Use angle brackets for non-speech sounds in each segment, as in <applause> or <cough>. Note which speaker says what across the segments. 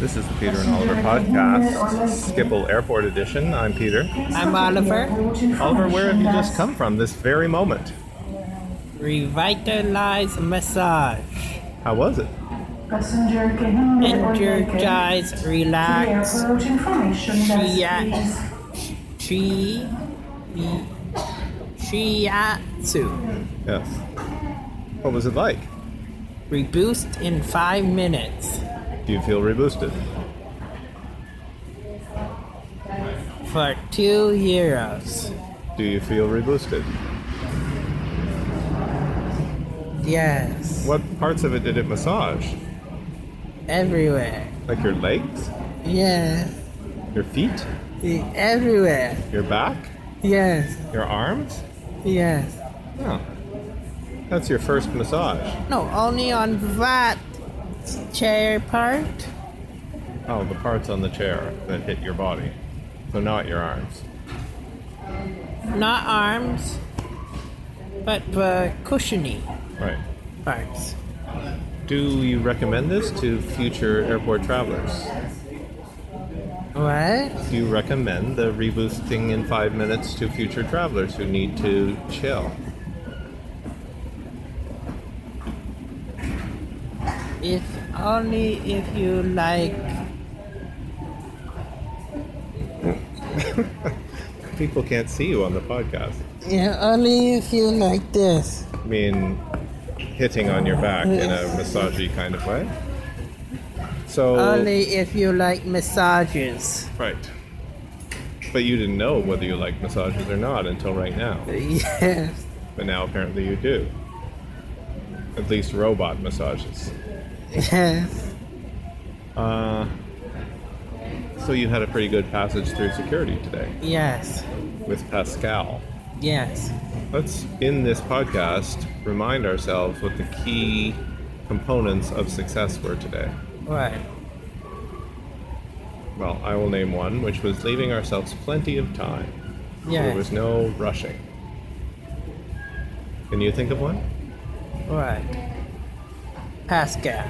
Speaker 1: This is the Peter and Oliver podcast, Skipple Airport Edition. I'm Peter.
Speaker 2: I'm Oliver.
Speaker 1: Oliver, where have you just come from this very moment?
Speaker 2: Revitalize massage.
Speaker 1: How was it?
Speaker 2: Energize, relax,
Speaker 3: Relax.
Speaker 2: chi, shiatsu.
Speaker 1: Yes. What was it like?
Speaker 2: Reboost in five minutes.
Speaker 1: Do you feel reboosted?
Speaker 2: For two euros.
Speaker 1: Do you feel reboosted?
Speaker 2: Yes.
Speaker 1: What parts of it did it massage?
Speaker 2: Everywhere.
Speaker 1: Like your legs,
Speaker 2: Yes.
Speaker 1: your feet,
Speaker 2: E- Everywhere.
Speaker 1: your back,
Speaker 2: Yes.
Speaker 1: your arms?
Speaker 2: Yes.
Speaker 1: Oh. That's your first massage.
Speaker 2: No, only on that chair part.
Speaker 1: Oh, the parts on the chair that hit your body. So not your arms.
Speaker 2: Not arms, but the cushiony
Speaker 1: Right.
Speaker 2: parts.
Speaker 1: Do you recommend this to future airport travelers?
Speaker 2: What?
Speaker 1: Do you recommend the reboosting in five minutes to future travelers who need to chill?
Speaker 2: If only if you like.
Speaker 1: People can't see you on the podcast.
Speaker 2: Yeah, only if you like this.
Speaker 1: I mean, hitting on your back in a massagey kind of way. So,
Speaker 2: Uh, Only if you like massages.
Speaker 1: right. But you didn't know whether you like massages or not until right now.
Speaker 2: Yes.
Speaker 1: But now apparently you do. At least robot massages.
Speaker 2: <laughs> Yes.
Speaker 1: Uh, so you had a pretty good passage through security today
Speaker 2: Yes.
Speaker 1: with Pascal.
Speaker 2: Yes.
Speaker 1: Let's, in this podcast, remind ourselves what the key components of success were today.
Speaker 2: Right.
Speaker 1: Well, I will name one, which was leaving ourselves plenty of time. There was
Speaker 2: Yes.
Speaker 1: no rushing. Can you think of one?
Speaker 2: Right. Pascal.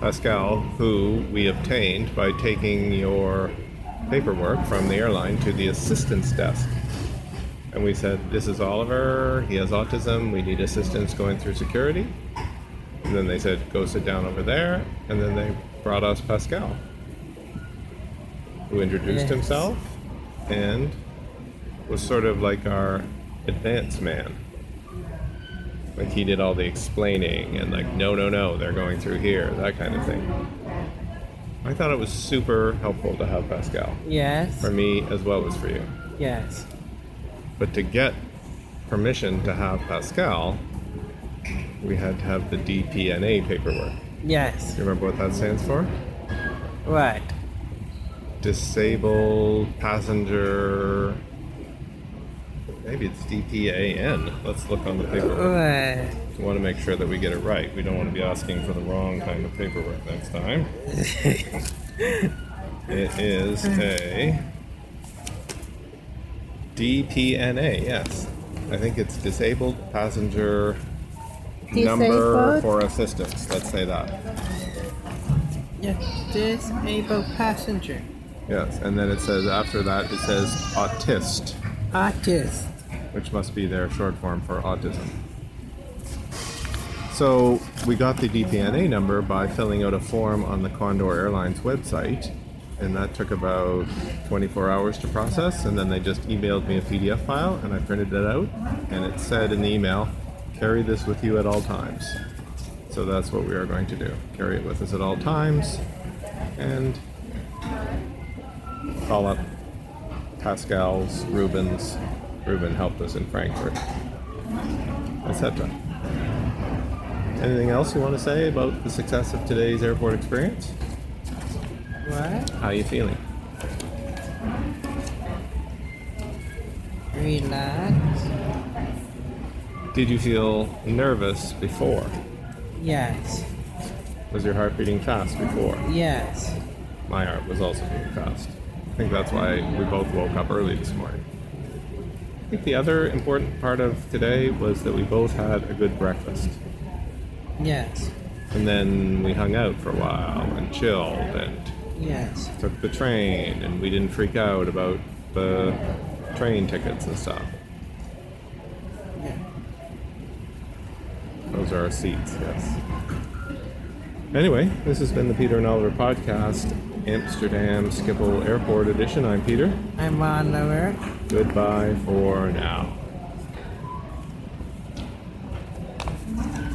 Speaker 1: Pascal, who we obtained by taking your paperwork from the airline to the assistance desk. And we said, This is Oliver. He has autism. We need assistance going through security. And then they said, Go sit down over there. And then they brought us Pascal, who introduced
Speaker 2: Yes.
Speaker 1: himself and was sort of like our advance man. Like he did all the explaining and like, no, no, no, they're going through here, that kind of thing. I thought it was super helpful to have Pascal
Speaker 2: Yes.
Speaker 1: for me as well as for you.
Speaker 2: Yes.
Speaker 1: But to get permission to have Pascal, we had to have the DPNA paperwork.
Speaker 2: Yes.
Speaker 1: You remember what that stands for?
Speaker 2: Right.
Speaker 1: Disabled passenger. Maybe it's DPAN. Let's look on the paperwork.
Speaker 2: Right.
Speaker 1: We want to make sure that we get it right. We don't want to be asking for the wrong kind of paperwork next time. it is a DPNA, yes. I think it's Disabled Passenger Number
Speaker 2: Disabled?
Speaker 1: for Assistance. Let's say that.
Speaker 2: Yes. Disabled passenger.
Speaker 1: Yes, and then it says after that, it says Autist,
Speaker 2: Artist.
Speaker 1: which must be their short form for autism. So we got the DPNA number by filling out a form on the Condor Airlines website, and that took about 24 hours to process. And then they just emailed me a PDF file, and I printed it out, and it said in the email, "Carry this with you at all times." So that's what we are going to do: carry it with us at all times, and call up Pascal's, Rubens. Ruben helped us in Frankfurt, etc. Anything else you want to say about the success of today's airport experience?
Speaker 2: What?
Speaker 1: How are you feeling?
Speaker 2: Relax.
Speaker 1: Did you feel nervous before?
Speaker 2: Yes.
Speaker 1: Was your heart beating fast before?
Speaker 2: Yes.
Speaker 1: My heart was also beating fast. I think that's why we both woke up early this morning. I think the other important part of today was that we both had a good breakfast.
Speaker 2: Yes.
Speaker 1: And then we hung out for a while and chilled and
Speaker 3: Yes.
Speaker 1: took the train and we didn't freak out about the train tickets and stuff.
Speaker 3: Yeah.
Speaker 1: Those are our seats, yes. Anyway, this has been the Peter and Oliver podcast, Amsterdam Schiphol Airport edition. I'm Peter.
Speaker 3: I'm on over.
Speaker 1: Goodbye for now.